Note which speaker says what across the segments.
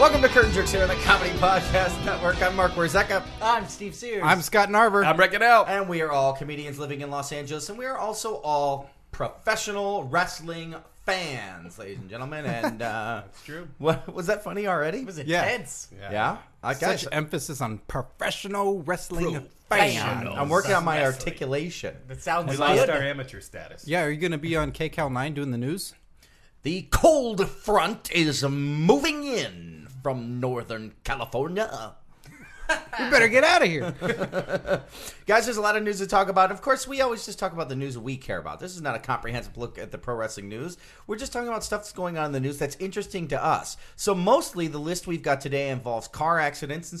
Speaker 1: Welcome to Curtain Jerks here on the Comedy Podcast Network. I'm Mark Warzeka.
Speaker 2: I'm Steve Sears.
Speaker 3: I'm Scott Narver.
Speaker 4: I'm wrecking out.
Speaker 1: And we are all comedians living in Los Angeles, and we are also all professional wrestling fans, ladies and gentlemen. And uh, that's
Speaker 4: true.
Speaker 1: What was that funny already?
Speaker 2: It was
Speaker 3: Yeah.
Speaker 2: intense.
Speaker 1: yeah. I got
Speaker 3: Such
Speaker 1: you.
Speaker 3: emphasis on professional wrestling fan.
Speaker 2: Professional.
Speaker 1: I'm working on my
Speaker 2: Wrestling.
Speaker 1: articulation.
Speaker 2: That sounds
Speaker 4: We
Speaker 2: good.
Speaker 4: lost our amateur status.
Speaker 3: Yeah, are you going to be on KCAL 9 doing the news?
Speaker 1: The cold front is moving in from Northern California.
Speaker 3: You better get out of here.
Speaker 1: Guys, there's a lot of news to talk about. Of course, we always just talk about the news we care about. This is not a comprehensive look at the pro wrestling news. We're just talking about stuff that's going on in the news that's interesting to us. So, mostly the list we've got today involves car accidents and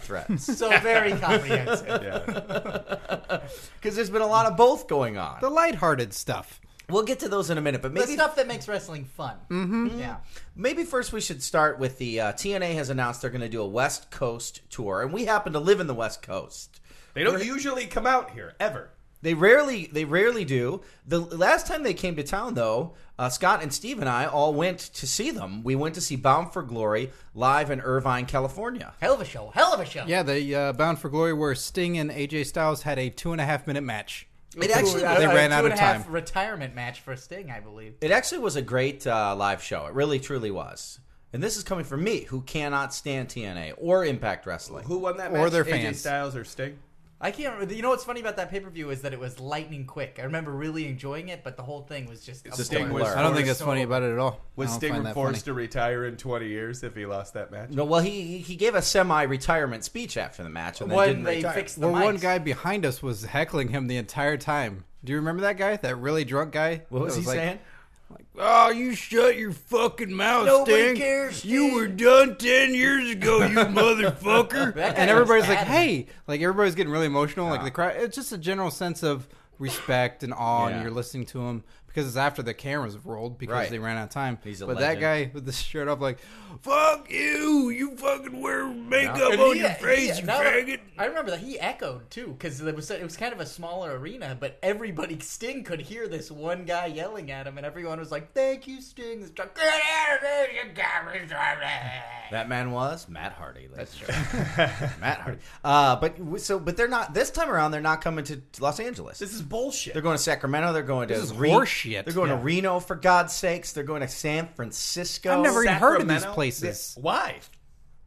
Speaker 1: threats.
Speaker 2: So very comprehensive.
Speaker 4: Yeah.
Speaker 1: Because there's been a lot of both going on.
Speaker 3: the lighthearted stuff.
Speaker 1: We'll get to those in a minute, but
Speaker 2: the
Speaker 1: maybe
Speaker 2: stuff that makes wrestling fun. Mm-hmm. Yeah.
Speaker 1: Maybe first we should start with the uh, TNA has announced they're going to do a West Coast tour, and we happen to live in the West Coast.
Speaker 4: They don't usually come out here ever.
Speaker 1: They rarely, they rarely do. The last time they came to town, though, uh, Scott and Steve and I all went to see them. We went to see Bound for Glory live in Irvine, California.
Speaker 2: Hell of a show. Hell of a show.
Speaker 3: Yeah, the uh, Bound for Glory where Sting and AJ Styles had a two and a half minute match.
Speaker 1: It actually,
Speaker 2: A-
Speaker 3: They
Speaker 2: a
Speaker 3: ran
Speaker 2: two
Speaker 3: out
Speaker 2: and
Speaker 3: of
Speaker 2: a half
Speaker 3: time.
Speaker 2: retirement match for Sting, I believe.
Speaker 1: it actually was a great uh, live show. It really, truly was. And this is coming from me, who cannot stand TNA or Impact Wrestling.
Speaker 4: Who won that match?
Speaker 3: Or their
Speaker 4: AJ
Speaker 3: fans.
Speaker 4: Styles or Sting?
Speaker 2: I can't. remember- You know what's funny about that pay per view is that it was lightning quick. I remember really enjoying it, but the whole thing was just. a
Speaker 4: Sting
Speaker 2: blur.
Speaker 4: was-
Speaker 3: I don't think
Speaker 4: Or
Speaker 3: that's
Speaker 2: so-
Speaker 3: funny about it at all.
Speaker 4: Was
Speaker 3: I don't
Speaker 4: Sting
Speaker 3: find that
Speaker 4: forced
Speaker 3: funny.
Speaker 4: to retire in 20 years if he lost that match?
Speaker 1: No, well, he he gave a semi-retirement speech after the match, and then
Speaker 2: When
Speaker 1: didn't
Speaker 2: they
Speaker 1: retire.
Speaker 2: fixed the
Speaker 3: Well, one
Speaker 2: mics.
Speaker 3: guy behind us was heckling him the entire time. Do you remember that guy? That really drunk guy?
Speaker 1: What was,
Speaker 3: That
Speaker 1: he
Speaker 3: like,
Speaker 1: saying?
Speaker 3: Oh, you shut your fucking mouth,
Speaker 2: Nobody
Speaker 3: Sting.
Speaker 2: cares,
Speaker 3: You were done ten years ago, you motherfucker.
Speaker 2: That guy
Speaker 3: and everybody's
Speaker 2: was
Speaker 3: like,
Speaker 2: adamant.
Speaker 3: "Hey!" Like everybody's getting really emotional. Like the crowd. It's just a general sense of respect and awe,
Speaker 1: Yeah.
Speaker 3: and you're listening to him because it's after the cameras have rolled because
Speaker 1: Right.
Speaker 3: they ran out of time.
Speaker 1: He's a
Speaker 3: but that
Speaker 1: legend.
Speaker 3: guy with the shirt up, like, "Fuck you! You fucking wear makeup
Speaker 2: And
Speaker 3: on
Speaker 2: he-
Speaker 3: your face,
Speaker 2: he-
Speaker 3: you
Speaker 2: now that-
Speaker 3: faggot."
Speaker 2: I remember that he echoed too because it was it was kind of a smaller arena, but everybody Sting could hear this one guy yelling at him, and everyone was like, "Thank you, Sting." This drunk-
Speaker 1: That man was Matt Hardy. That's true. Matt Hardy. Uh, but w- so, but they're not this time around. They're not coming to to Los Angeles.
Speaker 4: This is bullshit.
Speaker 1: they're going to Sacramento. They're going to
Speaker 3: This is
Speaker 1: Re-
Speaker 3: horseshit.
Speaker 1: They're going
Speaker 3: Yeah.
Speaker 1: to Reno for God's sakes. They're going to San Francisco.
Speaker 3: I've never even heard of these
Speaker 4: Sacramento?
Speaker 3: places.
Speaker 4: Why?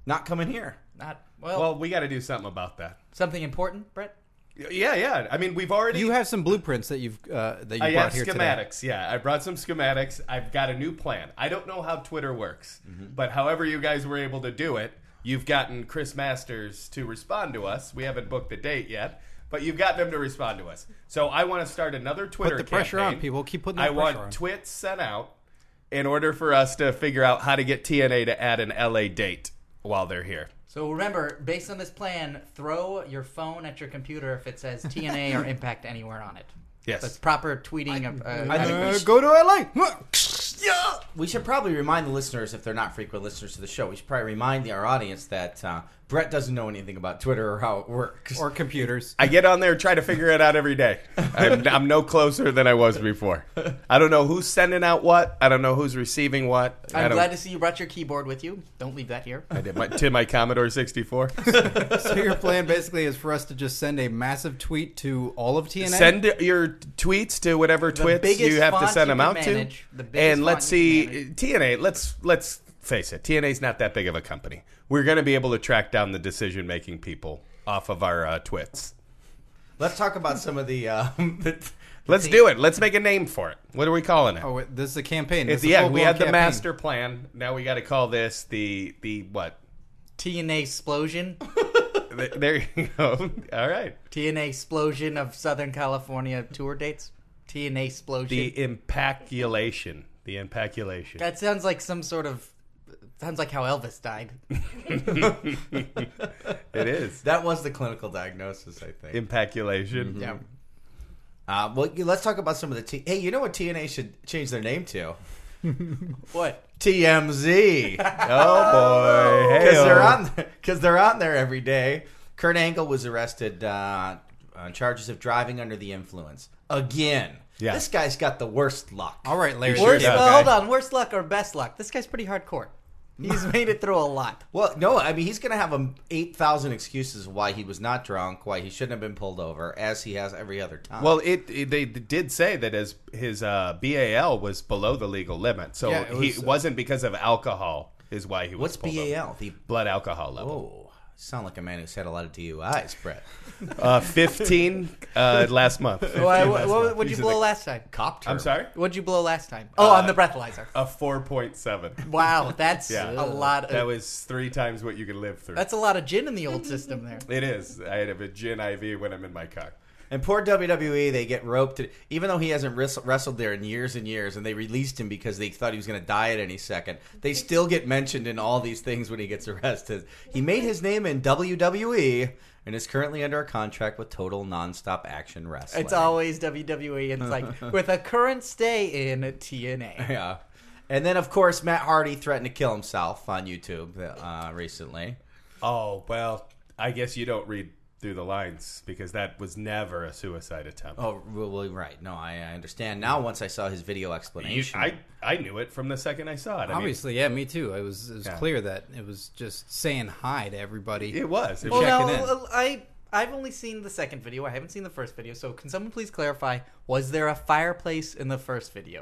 Speaker 1: not coming here.
Speaker 2: Not well,
Speaker 4: Well, we got to do something about that.
Speaker 2: Something important, Brett.
Speaker 4: Y- Yeah, yeah. I mean, we've already.
Speaker 3: You have some blueprints that you've uh, that you
Speaker 4: I
Speaker 3: brought
Speaker 4: have
Speaker 3: here today.
Speaker 4: schematics. Yeah, I brought some schematics. I've got a new plan. I don't know how Twitter works,
Speaker 3: Mm-hmm.
Speaker 4: but however you guys were able to do it, you've gotten Chris Masters to respond to us. We haven't booked the date yet, but you've gotten him to respond to us. So I want to start another Twitter.
Speaker 3: the pressure on,
Speaker 4: campaign.
Speaker 3: people. Keep putting that
Speaker 4: I want
Speaker 3: pressure on.
Speaker 4: twits sent out in order for us to figure out how to get TNA to add an LA date while they're here.
Speaker 2: So remember, based on this plan, throw your phone at your computer if it says TNA or Impact anywhere on it.
Speaker 4: Yes.
Speaker 2: so it's proper tweeting. of, uh,
Speaker 1: I think we
Speaker 3: Uh,
Speaker 1: should-
Speaker 3: go to LA.
Speaker 1: We should probably remind the listeners if they're not frequent listeners to the show. We should probably remind the, our audience that uh, Brett doesn't know anything about Twitter or how it works.
Speaker 3: or computers.
Speaker 4: I get on there, try to figure it out every day. I'm, I'm no closer than I was before. I don't know who's sending out what. I don't know who's receiving what. I
Speaker 2: I'm
Speaker 4: don't-
Speaker 2: glad to see you brought your keyboard with you. Don't leave that here.
Speaker 4: I did my, to my Commodore 64.
Speaker 3: So your plan basically is for us to just send a massive tweet to all of TNA.
Speaker 4: send your tweets to whatever twits
Speaker 2: biggest
Speaker 4: you have to
Speaker 2: font
Speaker 4: send
Speaker 2: you
Speaker 4: them
Speaker 2: can
Speaker 4: out
Speaker 2: manage, the
Speaker 4: to.
Speaker 2: biggest
Speaker 4: And let's
Speaker 2: font you
Speaker 4: see
Speaker 2: can
Speaker 4: TNA. Let's let's face it. TNA's not that big of a company. We're going to be able to track down the decision making people off of our uh, twits.
Speaker 1: Let's talk about some of the. Uh, the
Speaker 4: Let's do it. Let's make a name for it. What are we calling it?
Speaker 3: Oh, wait, this is a
Speaker 4: It's
Speaker 3: campaign. This is a
Speaker 4: yeah, we
Speaker 3: full-blown
Speaker 4: had the
Speaker 3: campaign.
Speaker 4: master plan. Now we got to call this the the what?
Speaker 2: TNA explosion.
Speaker 4: Th- There you go. All right.
Speaker 2: TNA explosion of Southern California tour dates. TNA explosion.
Speaker 4: The impaculation. The impaculation.
Speaker 2: that sounds like some sort of. Sounds like how Elvis died.
Speaker 4: It is.
Speaker 1: That was the clinical diagnosis, I think.
Speaker 4: Impaculation.
Speaker 2: Yeah.
Speaker 1: Uh, well, you- let's talk about some of the. T- hey, you know what TNA should change their name to?
Speaker 2: What?
Speaker 1: TMZ, because
Speaker 4: Oh boy. Hey-o.
Speaker 1: they're on because they're on there every day. Kurt Angle was arrested uh, on charges of driving under the influence again.
Speaker 4: Yeah.
Speaker 1: This guy's got the worst luck.
Speaker 3: All right, Larry.
Speaker 4: Sure
Speaker 2: Worst,
Speaker 3: David.
Speaker 4: does.
Speaker 2: well, hold on. Worst luck or best luck? This guy's pretty hardcore. He's made it through a lot.
Speaker 1: Well, no, I mean he's going to have um, eight thousand excuses why he was not drunk, why he shouldn't have been pulled over, as he has every other time.
Speaker 4: Well, it, it- they did say that his his uh, BAL was below the legal limit, so
Speaker 3: Yeah, it
Speaker 4: he
Speaker 3: was, uh,
Speaker 4: wasn't because of alcohol is why he was.
Speaker 1: what's
Speaker 4: pulled over.
Speaker 1: BAL? The
Speaker 4: Blood alcohol level.
Speaker 1: oh, sound like a man who's had a lot of DUIs, Brett.
Speaker 4: Uh, Fifteen uh, last month. 15
Speaker 2: Why-
Speaker 4: last
Speaker 2: what, what,
Speaker 4: month.
Speaker 2: what'd you
Speaker 4: These are
Speaker 2: blow
Speaker 4: the-
Speaker 2: last time?
Speaker 1: Cop term.
Speaker 4: I'm sorry.
Speaker 2: What'd you blow last time? Oh, on the breathalyzer.
Speaker 4: A four point seven.
Speaker 2: Wow, that's
Speaker 4: Yeah.
Speaker 2: a lot. Of,
Speaker 4: That was three times what you could live through.
Speaker 2: that's a lot of gin in the old system there.
Speaker 4: it is. I have a gin IV when I'm in my car.
Speaker 1: And poor WWE, they get roped. To, even though he hasn't wrest- wrestled there in years and years, and they released him because they thought he was going to die at any second, they still get mentioned in all these things when he gets arrested. He made his name in WWE and is currently under a contract with Total Nonstop Action Wrestling.
Speaker 2: It's always WWE. It's like with a current stay in TNA.
Speaker 1: yeah. And then, of course, Matt Hardy threatened to kill himself on YouTube uh, recently.
Speaker 4: Oh well, I guess you don't read through the lines because that was never a suicide attempt.
Speaker 1: Oh, well, well, right. No, I, I understand now. Once I saw his video
Speaker 4: You-
Speaker 1: explanation,
Speaker 4: I I knew it from the second I saw it. I mean,
Speaker 3: Obviously, yeah, me too. It was it was
Speaker 4: Yeah.
Speaker 3: clear that it was just saying hi to everybody.
Speaker 4: it was. It
Speaker 2: Well,
Speaker 4: was-
Speaker 2: now
Speaker 3: checking in.
Speaker 2: uh, I I've only seen the second video. I haven't seen the first video. So can someone please clarify? Was there a fireplace in the first video?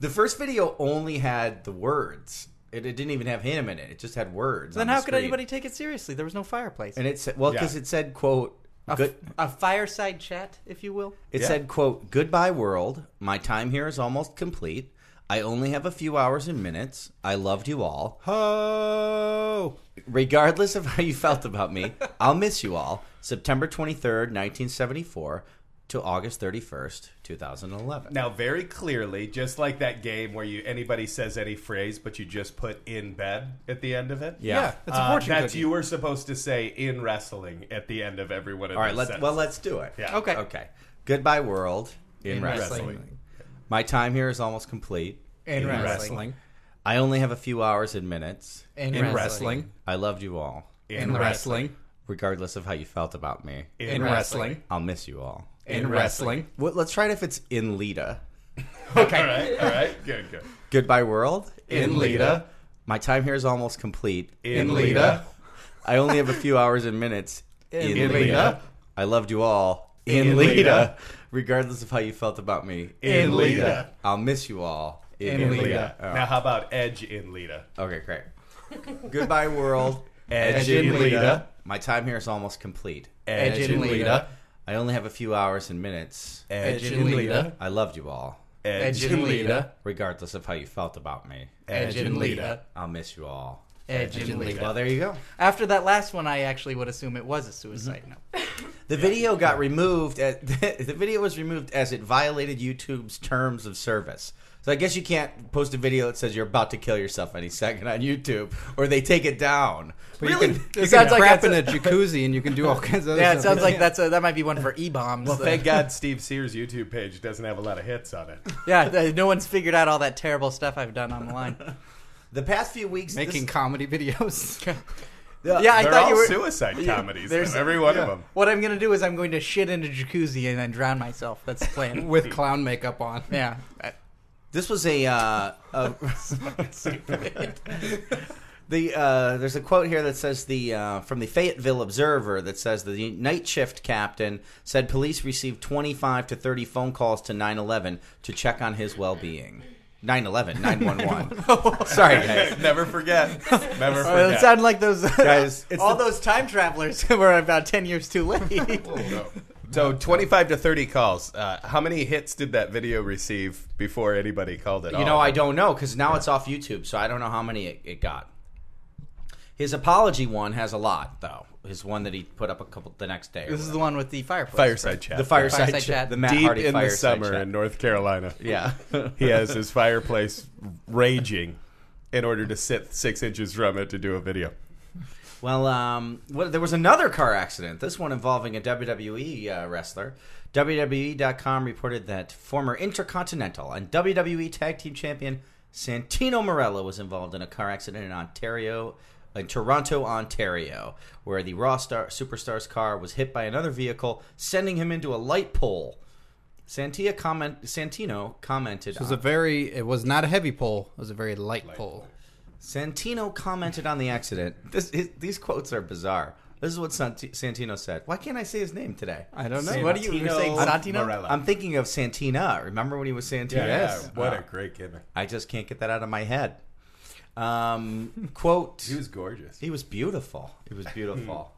Speaker 1: The first video only had the words. It, it didn't even have him in it. It just had words.
Speaker 2: then
Speaker 1: on the
Speaker 2: how could
Speaker 1: screen.
Speaker 2: anybody take it seriously? There was no fireplace.
Speaker 1: And it said, well, because
Speaker 4: Yeah.
Speaker 1: it said, "quote."
Speaker 2: a,
Speaker 1: Good,
Speaker 2: a fireside chat, if you will.
Speaker 1: it
Speaker 4: Yeah.
Speaker 1: said, "quote." Goodbye, world. My time here is almost complete. I only have a few hours and minutes. I loved you all.
Speaker 3: Ho!
Speaker 1: Regardless of how you felt about me, I'll miss you all. September twenty third, nineteen seventy four, to August thirty first, two thousand eleven.
Speaker 4: Now, very clearly, just like that game where you anybody says any phrase, but you just put "in bed" at the end of it.
Speaker 1: Yeah.
Speaker 3: it's a fortune
Speaker 4: Uh, that's
Speaker 3: cookie.
Speaker 4: you were supposed to say in wrestling at the end of every one of
Speaker 1: All right.
Speaker 4: those
Speaker 1: Let's well,
Speaker 4: sentences.
Speaker 1: let's do it.
Speaker 4: Yeah.
Speaker 2: Okay.
Speaker 1: Okay. Goodbye, world. In,
Speaker 3: In
Speaker 1: wrestling.
Speaker 3: wrestling.
Speaker 4: wrestling.
Speaker 1: My time here is almost complete.
Speaker 2: In, wrestling.
Speaker 3: Wrestling.
Speaker 1: I only have a few hours and minutes.
Speaker 2: In,
Speaker 3: In
Speaker 2: wrestling.
Speaker 3: wrestling.
Speaker 1: I loved you all,
Speaker 3: In wrestling.
Speaker 1: regardless of how you felt about me.
Speaker 3: In wrestling.
Speaker 1: I'll miss you all.
Speaker 3: In wrestling.
Speaker 1: Well, let's try it if it's in Lita.
Speaker 4: Okay. all right. All right. Good. Good.
Speaker 1: Goodbye, world.
Speaker 4: In Lita.
Speaker 1: My time here is almost complete.
Speaker 4: In
Speaker 3: Lita.
Speaker 1: I only have a few hours and minutes. In, Lita.
Speaker 3: In Lita.
Speaker 1: I loved you all. In,
Speaker 4: In
Speaker 1: Lita.
Speaker 4: Lita.
Speaker 1: Regardless of how you felt about me.
Speaker 4: In Lita.
Speaker 1: I'll miss you all.
Speaker 3: In
Speaker 4: In
Speaker 3: Lita.
Speaker 4: Lita.
Speaker 1: All right.
Speaker 4: Now, how about Edge in Lita?
Speaker 1: Okay, great. Goodbye, world.
Speaker 4: Edge
Speaker 3: in Lita.
Speaker 1: My time here is almost complete.
Speaker 4: Edge in Lita.
Speaker 1: I only have a few hours and minutes.
Speaker 4: Edge
Speaker 3: in Lita.
Speaker 1: I loved you all,
Speaker 4: Edge
Speaker 2: Edge
Speaker 4: in
Speaker 2: in
Speaker 4: Lita.
Speaker 1: regardless of how you felt about me.
Speaker 4: Edge in Lita.
Speaker 1: I'll miss you all.
Speaker 2: Edge in Lita.
Speaker 1: Well, there you go.
Speaker 2: After that last one, I actually would assume it was a suicide note.
Speaker 1: The video got removed. At, the video was removed as it violated YouTube's terms of service. So I guess you can't post a video that says you're about to kill yourself any second on YouTube, or they take it down.
Speaker 3: But
Speaker 1: really?
Speaker 3: You can, you
Speaker 2: It
Speaker 3: can
Speaker 2: sounds like
Speaker 3: crap in a
Speaker 2: that's
Speaker 3: jacuzzi and you can do all kinds of other
Speaker 2: Yeah, it
Speaker 3: stuff.
Speaker 2: sounds like
Speaker 3: Yeah.
Speaker 2: that's a, that might be one for e bombs.
Speaker 4: Well, thank God Steve Sears' YouTube page doesn't have a lot of hits on it.
Speaker 2: yeah, th- no one's figured out all that terrible stuff I've done online.
Speaker 1: the past few weeks, this-
Speaker 3: making comedy videos.
Speaker 2: Yeah, I
Speaker 4: They're
Speaker 2: thought
Speaker 4: all
Speaker 2: you were.
Speaker 4: suicide comedies.
Speaker 2: there's-
Speaker 4: though, every one
Speaker 3: yeah.
Speaker 4: of them.
Speaker 2: What I'm gonna do is I'm going to shit in a jacuzzi and then drown myself. That's the plan.
Speaker 3: with clown makeup on.
Speaker 2: yeah. I-
Speaker 1: This was a, uh, a the uh, there's a quote here that says the uh, from the Fayetteville Observer that says the night shift captain said police received 25 to 30 phone calls to 911 to check on his well-being. 911, 911. Sorry guys.
Speaker 4: Never forget. Never
Speaker 2: Oh, it
Speaker 4: forget.
Speaker 2: sounded like those
Speaker 1: Guys, it's
Speaker 2: all
Speaker 1: the-
Speaker 2: those time travelers who were about ten years too late.
Speaker 4: So 25 to 30 calls. Uh, how many hits did that video receive before anybody called it?
Speaker 1: You know, I don't know because now it's off YouTube, so I don't know how many it, it got. His apology one has a lot though. His one that he put up a couple the next day. or
Speaker 2: this is
Speaker 1: whatever.
Speaker 2: the one with the fireplace.
Speaker 4: fireside chat.
Speaker 1: the fireside,
Speaker 2: Fireside
Speaker 1: chat,
Speaker 2: chat.
Speaker 1: the Matt
Speaker 4: Deep
Speaker 1: Hardy
Speaker 4: in the
Speaker 1: fireside
Speaker 4: summer
Speaker 1: chat.
Speaker 4: in North Carolina.
Speaker 1: yeah.
Speaker 4: He has his fireplace raging in order to sit six inches from it to do a video.
Speaker 1: Well, um, well, there was another car accident. This one involving a WWE uh, wrestler. WWE.com reported that former Intercontinental and WWE Tag Team Champion Santino Morella was involved in a car accident in Ontario, in Toronto, Ontario, where the Raw star, Superstars car was hit by another vehicle, sending him into a light pole. Santia comment, Santino commented
Speaker 3: It was a
Speaker 1: on,
Speaker 3: very. It was not a heavy pole. It was a very light, pole.
Speaker 1: Santino commented on the accident. This, his, these quotes are bizarre. This is what Sant- Santino said. Why can't I say his name today?
Speaker 3: I don't know.
Speaker 2: What are you you were
Speaker 4: Santino
Speaker 2: saying? Santino?
Speaker 4: Marella.
Speaker 1: I'm thinking of Santina. Remember when he was Santina?
Speaker 4: Yeah,
Speaker 3: Yes.
Speaker 4: yeah, what a great gimmick.
Speaker 1: I just can't get that out of my head. Um, quote.
Speaker 4: He was gorgeous.
Speaker 1: He was beautiful. He was beautiful.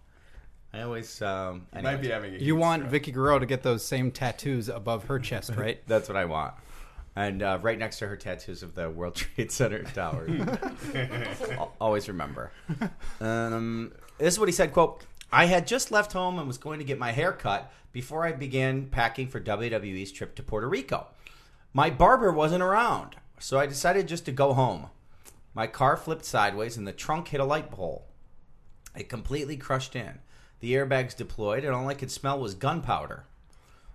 Speaker 1: I always um.
Speaker 4: He
Speaker 1: Anyway,
Speaker 4: might be having a
Speaker 3: You want Vicky Guerrero to get those same tattoos above her chest, right?
Speaker 1: That's what I want. And uh, right next to her tattoos of the World Trade Center towers. Al- Always remember. Um, this is what he said, quote, I had just left home and was going to get my hair cut before I began packing for WWE's trip to Puerto Rico. My barber wasn't around, so I decided just to go home. My car flipped sideways and the trunk hit a light pole. It completely crushed in. The airbags deployed, and all I could smell was gunpowder.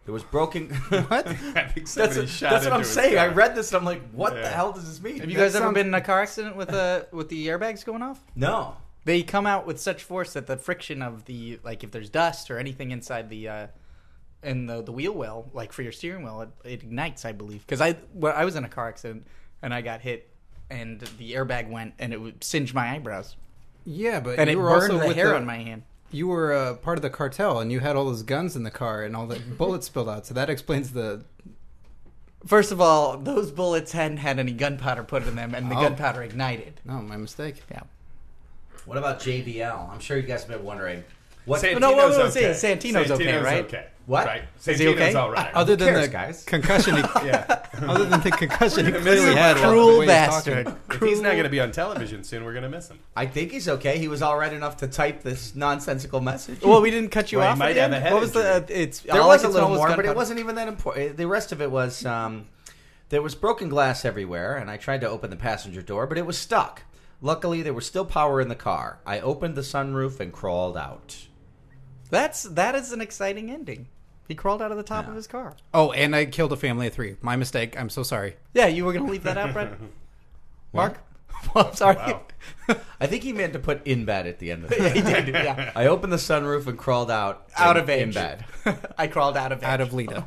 Speaker 1: There was broken. what?
Speaker 4: I think
Speaker 1: That's,
Speaker 4: somebody
Speaker 1: what-
Speaker 4: shot
Speaker 1: that's what
Speaker 4: into
Speaker 1: I'm
Speaker 4: his
Speaker 1: saying. I
Speaker 4: car.
Speaker 1: read this and I'm like, what the
Speaker 4: Yeah.
Speaker 1: hell does this mean?
Speaker 2: Have you
Speaker 3: That
Speaker 2: guys ever
Speaker 3: sounds-
Speaker 2: been in a car accident with uh, with the airbags going off?
Speaker 1: no.
Speaker 2: They come out with such force that the friction of the like if there's dust or anything inside the uh, in the the wheel well, like for your steering wheel, it, it ignites, I believe. Because I well, I was in a car accident and I got hit and the airbag went and it would singe my eyebrows
Speaker 3: Yeah, but
Speaker 2: and
Speaker 3: you
Speaker 2: it
Speaker 3: were
Speaker 2: burned
Speaker 3: also
Speaker 2: the
Speaker 3: with
Speaker 2: hair
Speaker 3: the-
Speaker 2: on my hand.
Speaker 3: You were uh, part of the cartel, and you had all those guns in the car, and all the bullets spilled out. So that explains the.
Speaker 2: First of all, those bullets hadn't had any gunpowder put in them, and the
Speaker 3: Oh.
Speaker 2: gunpowder ignited.
Speaker 3: No, oh, my mistake.
Speaker 2: Yeah.
Speaker 1: What about JBL? I'm sure you guys have been wondering. What?
Speaker 4: Santino's
Speaker 2: No, whoa, whoa,
Speaker 4: okay.
Speaker 2: say it. Santino's okay, right?
Speaker 4: okay.
Speaker 1: What?
Speaker 4: Right.
Speaker 2: Is
Speaker 4: Santino's
Speaker 2: he okay?
Speaker 4: all right.
Speaker 3: Other than
Speaker 1: cares,
Speaker 3: the
Speaker 1: guys?
Speaker 3: concussion, he,
Speaker 4: yeah.
Speaker 3: other than the concussion, he
Speaker 4: miserable
Speaker 3: clearly had. while the
Speaker 2: Cruel
Speaker 3: way he was talking.
Speaker 2: bastard.
Speaker 4: If he's not going to be on television soon, we're going to miss him.
Speaker 1: I think he's okay. He was all right enough to type this nonsensical message.
Speaker 2: Well, we didn't cut you
Speaker 4: Well, he
Speaker 2: off.
Speaker 4: might
Speaker 2: at the
Speaker 4: have
Speaker 2: end?
Speaker 4: a head
Speaker 2: what was the? Uh,
Speaker 4: injury.
Speaker 2: it's
Speaker 1: there
Speaker 2: all I
Speaker 1: was a
Speaker 2: could
Speaker 1: little
Speaker 2: smell was
Speaker 1: more, but it
Speaker 2: gunpowder.
Speaker 1: wasn't even that important. The rest of it was um, there was broken glass everywhere, and I tried to open the passenger door, but it was stuck. Luckily, there was still power in the car. I opened the sunroof and crawled out.
Speaker 2: That's that is an exciting ending. He crawled out of the top of his car.
Speaker 3: Oh, and I killed a family of three. My mistake. I'm so sorry.
Speaker 2: Yeah, you were gonna leave that out, Brett. Mark. Well, I'm sorry.
Speaker 4: Wow.
Speaker 1: I think he meant to put in bed at the end of
Speaker 2: yeah,
Speaker 1: it.
Speaker 2: he did. Yeah,
Speaker 1: I opened the sunroof and crawled out.
Speaker 2: out
Speaker 1: in-
Speaker 2: of age.
Speaker 1: In bed.
Speaker 2: I crawled out of age.
Speaker 3: Out of Lita.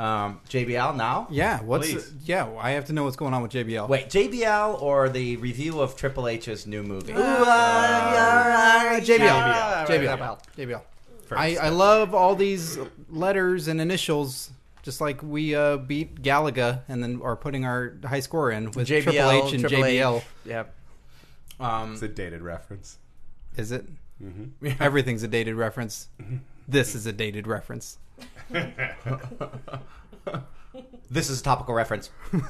Speaker 1: Um, JBL now?
Speaker 3: Yeah. What's?
Speaker 4: Please.
Speaker 3: Yeah. well, I have to know what's going on with JBL.
Speaker 1: Wait, JBL or the review of Triple H's new movie?
Speaker 3: Uh, JBL.
Speaker 2: Yeah,
Speaker 4: JBL.
Speaker 2: right, right,
Speaker 3: JBL.
Speaker 4: First.
Speaker 3: I, I love all these letters and initials, just like we uh, beat Galaga and then are putting our high score in with
Speaker 2: JBL,
Speaker 3: Triple H and
Speaker 2: Triple H.
Speaker 3: JBL.
Speaker 2: Yeah.
Speaker 1: Um,
Speaker 4: It's a dated reference.
Speaker 3: Is it?
Speaker 1: Mm-hmm.
Speaker 3: Everything's a dated reference. This is a dated reference.
Speaker 1: this is a topical reference.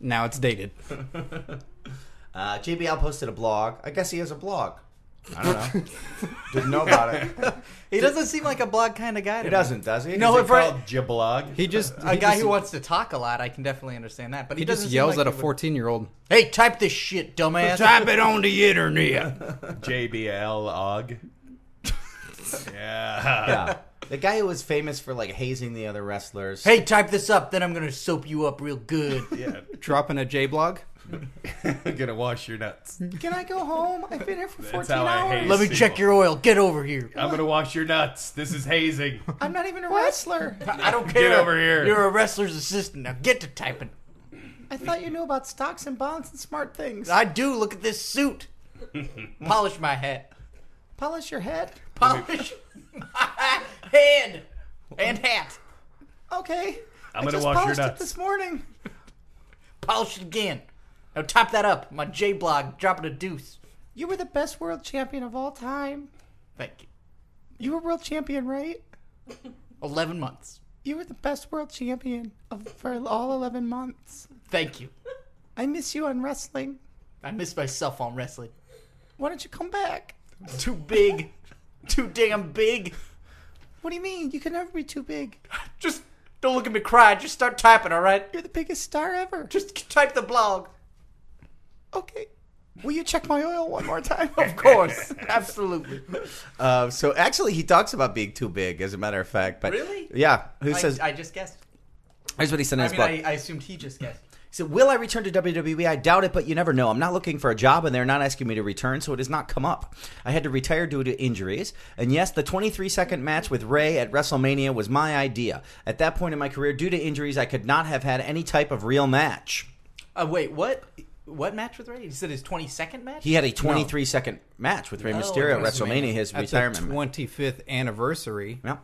Speaker 3: Now it's dated.
Speaker 1: Uh, JBL posted a blog. I guess he has a blog. I don't know. Didn't know about it.
Speaker 2: He doesn't seem like a blog kind of guy.
Speaker 1: He
Speaker 2: to me.
Speaker 1: doesn't, does he?
Speaker 2: No,
Speaker 1: Is
Speaker 2: if
Speaker 1: it
Speaker 2: I-
Speaker 1: called-
Speaker 4: Called Jiblog.
Speaker 3: He just
Speaker 2: Uh, A
Speaker 3: he
Speaker 2: guy
Speaker 3: just,
Speaker 2: who wants to talk a lot, I can definitely understand that. But he,
Speaker 3: he
Speaker 2: doesn't
Speaker 3: just
Speaker 2: seem
Speaker 3: yells at
Speaker 2: like he
Speaker 3: a
Speaker 2: would-
Speaker 3: fourteen year old.
Speaker 2: Hey, type this shit, dumbass.
Speaker 3: Type it on the internet.
Speaker 4: JBL og. yeah.
Speaker 1: Yeah. The guy who was famous for like hazing the other wrestlers.
Speaker 2: Hey, type this up, then I'm gonna soap you up real good.
Speaker 4: Yeah.
Speaker 3: Dropping a J blog.
Speaker 4: gonna wash your nuts.
Speaker 1: can I go home? I've been here for
Speaker 4: That's
Speaker 1: 14
Speaker 4: how I
Speaker 1: hours.
Speaker 4: hate
Speaker 2: Let me
Speaker 4: people.
Speaker 2: check your oil. Get over here.
Speaker 4: I'm gonna wash your nuts. This is hazing.
Speaker 1: I'm not even a wrestler.
Speaker 2: I don't care.
Speaker 4: Get over here.
Speaker 2: You're a wrestler's assistant. Now get to typing.
Speaker 1: I thought you knew about stocks and bonds and smart things.
Speaker 2: I do. Look at this suit. Polish my hat.
Speaker 1: Polish your head.
Speaker 2: Polish my head and hat.
Speaker 1: Okay.
Speaker 4: I'm gonna
Speaker 1: just
Speaker 4: wash your
Speaker 1: polished it
Speaker 4: nuts.
Speaker 1: this morning.
Speaker 2: Polish it again. Now top that up. My J blog dropping a deuce.
Speaker 1: You were the best world champion of all time.
Speaker 2: Thank you.
Speaker 1: You were world champion, right?
Speaker 2: Eleven months.
Speaker 1: You were the best world champion of, for all 11 months.
Speaker 2: Thank you.
Speaker 1: I miss you on wrestling.
Speaker 2: I miss myself on wrestling.
Speaker 1: Why don't you come back?
Speaker 2: Too big. Too damn big.
Speaker 1: What do you mean? You can never be too big.
Speaker 2: Just don't look at me cry. Just start typing, all right?
Speaker 1: You're the biggest star ever.
Speaker 2: Just type the blog.
Speaker 1: Okay. Will you check my oil one more time?
Speaker 2: Of course. Absolutely.
Speaker 1: Uh, so actually, he talks about being too big, as a matter of fact. But
Speaker 2: Really?
Speaker 1: Yeah. Who
Speaker 2: I,
Speaker 1: says?
Speaker 2: I just guessed.
Speaker 1: here's what he said in
Speaker 2: I
Speaker 1: his
Speaker 2: mean,
Speaker 1: book.
Speaker 2: I, I assumed he just guessed.
Speaker 1: He said, Will I return to WWE? I doubt it, but you never know. I'm not looking for a job, and they're not asking me to return, so it has not come up. I had to retire due to injuries. And yes, the 23 second match with Ray at WrestleMania was my idea. At that point in my career, due to injuries, I could not have had any type of real match.
Speaker 2: Uh, wait, what? what match with Ray? He said his 22nd match.
Speaker 1: He had a 23 second match with Rey
Speaker 2: No,
Speaker 1: Mysterio Oh, at
Speaker 2: WrestleMania.
Speaker 1: WrestleMania, his
Speaker 3: At
Speaker 1: retirement.
Speaker 3: the
Speaker 1: match.
Speaker 3: 25th anniversary.
Speaker 1: Yeah.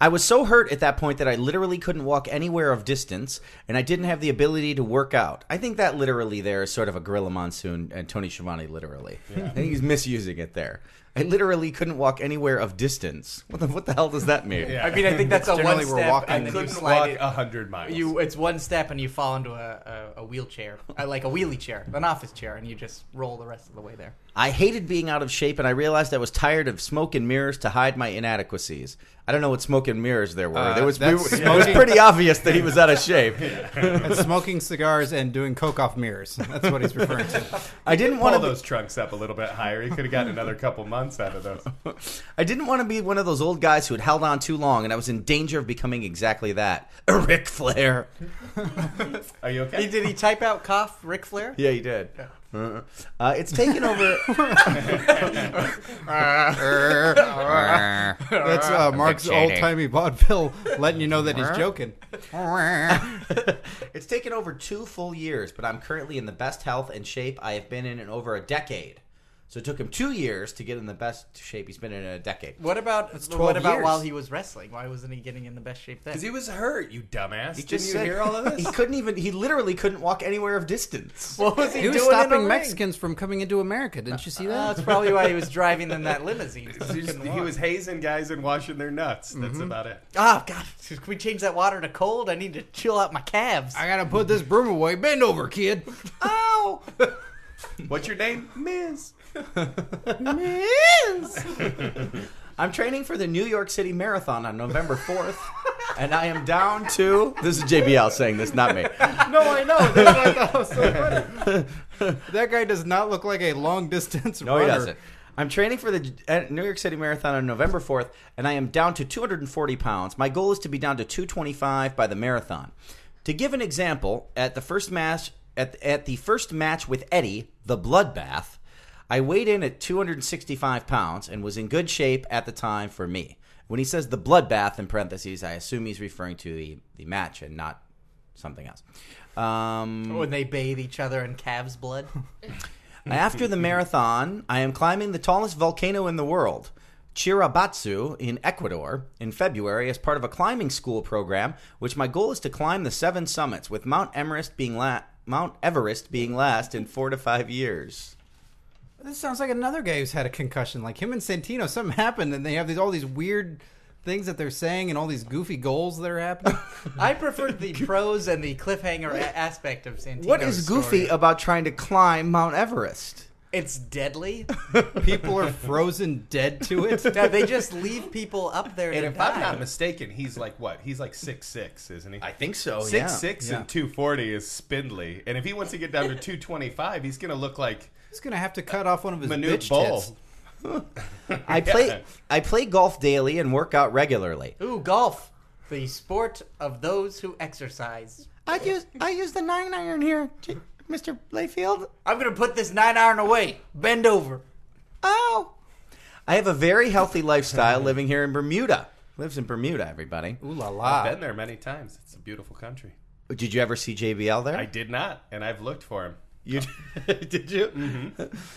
Speaker 1: I was so hurt at that point that I literally couldn't walk anywhere of distance, and I didn't have the ability to work out. I think that literally there is sort of a Gorilla Monsoon and Tony Schiavone literally. I think he's misusing it there. I literally couldn't walk anywhere of distance. What the, what the hell does that mean?
Speaker 4: Yeah.
Speaker 2: I mean, I think that's a one
Speaker 3: Generally,
Speaker 2: step.
Speaker 3: we're walking.
Speaker 2: and
Speaker 4: I
Speaker 2: then you
Speaker 4: couldn't
Speaker 2: slide
Speaker 4: walk
Speaker 2: it-
Speaker 4: a hundred miles.
Speaker 2: You, it's one step and you fall into a, a, a wheelchair, uh, like a wheelie chair, an office chair, and you just roll the rest of the way there.
Speaker 1: I hated being out of shape, and I realized I was tired of smoke and mirrors to hide my inadequacies. I don't know what smoke and mirrors there were.
Speaker 3: Uh,
Speaker 1: there was, we
Speaker 3: that's
Speaker 1: were- it was
Speaker 3: smoking.
Speaker 1: pretty obvious that he was out of shape.
Speaker 3: and smoking cigars and doing coke off mirrors. That's what he's referring to.
Speaker 1: I didn't
Speaker 4: pull
Speaker 1: want to
Speaker 4: those trunks up a little bit higher. You could have gotten another couple months out of those.
Speaker 1: I didn't want to be one of those old guys who had held on too long, and I was in danger of becoming exactly that. Ric Flair.
Speaker 4: Are you okay?
Speaker 2: He, did he type out cough Ric Flair?
Speaker 1: Yeah, he did. Uh, it's taken over.
Speaker 3: That's uh, Mark's old timey vaudeville letting you know that he's joking.
Speaker 1: it's taken over two full years, but I'm currently in the best health and shape I have been in in over a decade. So it took him two years to get in the best shape he's been in in a decade.
Speaker 2: What about what
Speaker 1: 12
Speaker 2: about
Speaker 1: years.
Speaker 2: while he was wrestling? Why wasn't he getting in the best shape then?
Speaker 4: Because he was hurt, you dumbass.
Speaker 1: He
Speaker 4: Didn't you hear all of
Speaker 1: He
Speaker 4: this?
Speaker 1: couldn't even. He literally couldn't walk anywhere of distance.
Speaker 2: what was he,
Speaker 3: He was
Speaker 2: doing in a
Speaker 3: stopping
Speaker 2: ring?
Speaker 3: Mexicans from coming into America. Didn't you see
Speaker 2: Oh,
Speaker 3: that?
Speaker 2: that's probably why he was driving in that limousine.
Speaker 4: He Mm-hmm. was- he was hazing guys and washing their nuts. That's about it.
Speaker 2: Oh God! Can we change that water to cold? I need to chill out my calves.
Speaker 3: I gotta put this broom away. Bend over, kid.
Speaker 1: Oh,
Speaker 2: Ow!
Speaker 4: What's your name? Miz.
Speaker 1: I'm training for the New York City Marathon on November 4th, and I am down to. This is JBL saying this, not me.
Speaker 3: No, I know. That's why I thought it was so funny. that guy does not look like a long distance
Speaker 1: No,
Speaker 3: runner.
Speaker 1: he doesn't. I'm training for the uh, New York City Marathon on November 4th, and I am down to 240 pounds. My goal is to be down to 225 by the marathon. To give an example, at the first match at at the first match with Eddie, the Bloodbath, I weighed in at 265 pounds and was in good shape at the time for me. When he says the Bloodbath in parentheses, I assume he's referring to the the match and not something else. Um,
Speaker 2: When they bathe each other in calves' blood.
Speaker 1: after the marathon, I am climbing the tallest volcano in the world, Chirabatsu, in Ecuador, in February as part of a climbing school program, which my goal is to climb the seven summits, with Mount Everest being la- Mount Everest being last in four to five years.
Speaker 3: This sounds like another guy who's had a concussion. Like him and Santino, something happened, and they have these all these weird things that they're saying, and all these goofy goals that are happening.
Speaker 2: I preferred the prose and the cliffhanger a- aspect of Santino's
Speaker 1: What is goofy
Speaker 2: story.
Speaker 1: about trying to climb Mount Everest?
Speaker 2: It's deadly.
Speaker 3: People are frozen dead to it.
Speaker 2: No, they just leave people up there.
Speaker 4: And
Speaker 2: to
Speaker 4: if
Speaker 2: die.
Speaker 4: I'm not mistaken, he's like what? He's like six six, isn't he?
Speaker 1: think so.
Speaker 4: Six six and two forty is spindly. And if he wants to get down to two twenty five, he's gonna look like
Speaker 3: He's gonna have to cut off one of his
Speaker 4: Manute
Speaker 3: bitch
Speaker 4: Bol.
Speaker 3: tits.
Speaker 1: I play. I play golf daily and work out regularly.
Speaker 2: Ooh, golf. The sport of those who exercise.
Speaker 1: I use I use the nine iron here, Mister Layfield.
Speaker 2: I'm gonna put this nine iron away. Bend over.
Speaker 1: Oh. I have a very healthy lifestyle living here in Bermuda. Lives in Bermuda, everybody.
Speaker 3: Ooh la
Speaker 4: I've
Speaker 3: la!
Speaker 4: been there many times. It's a beautiful country.
Speaker 1: Did you ever see JBL there?
Speaker 4: I did not, and I've looked for him.
Speaker 1: you, did you?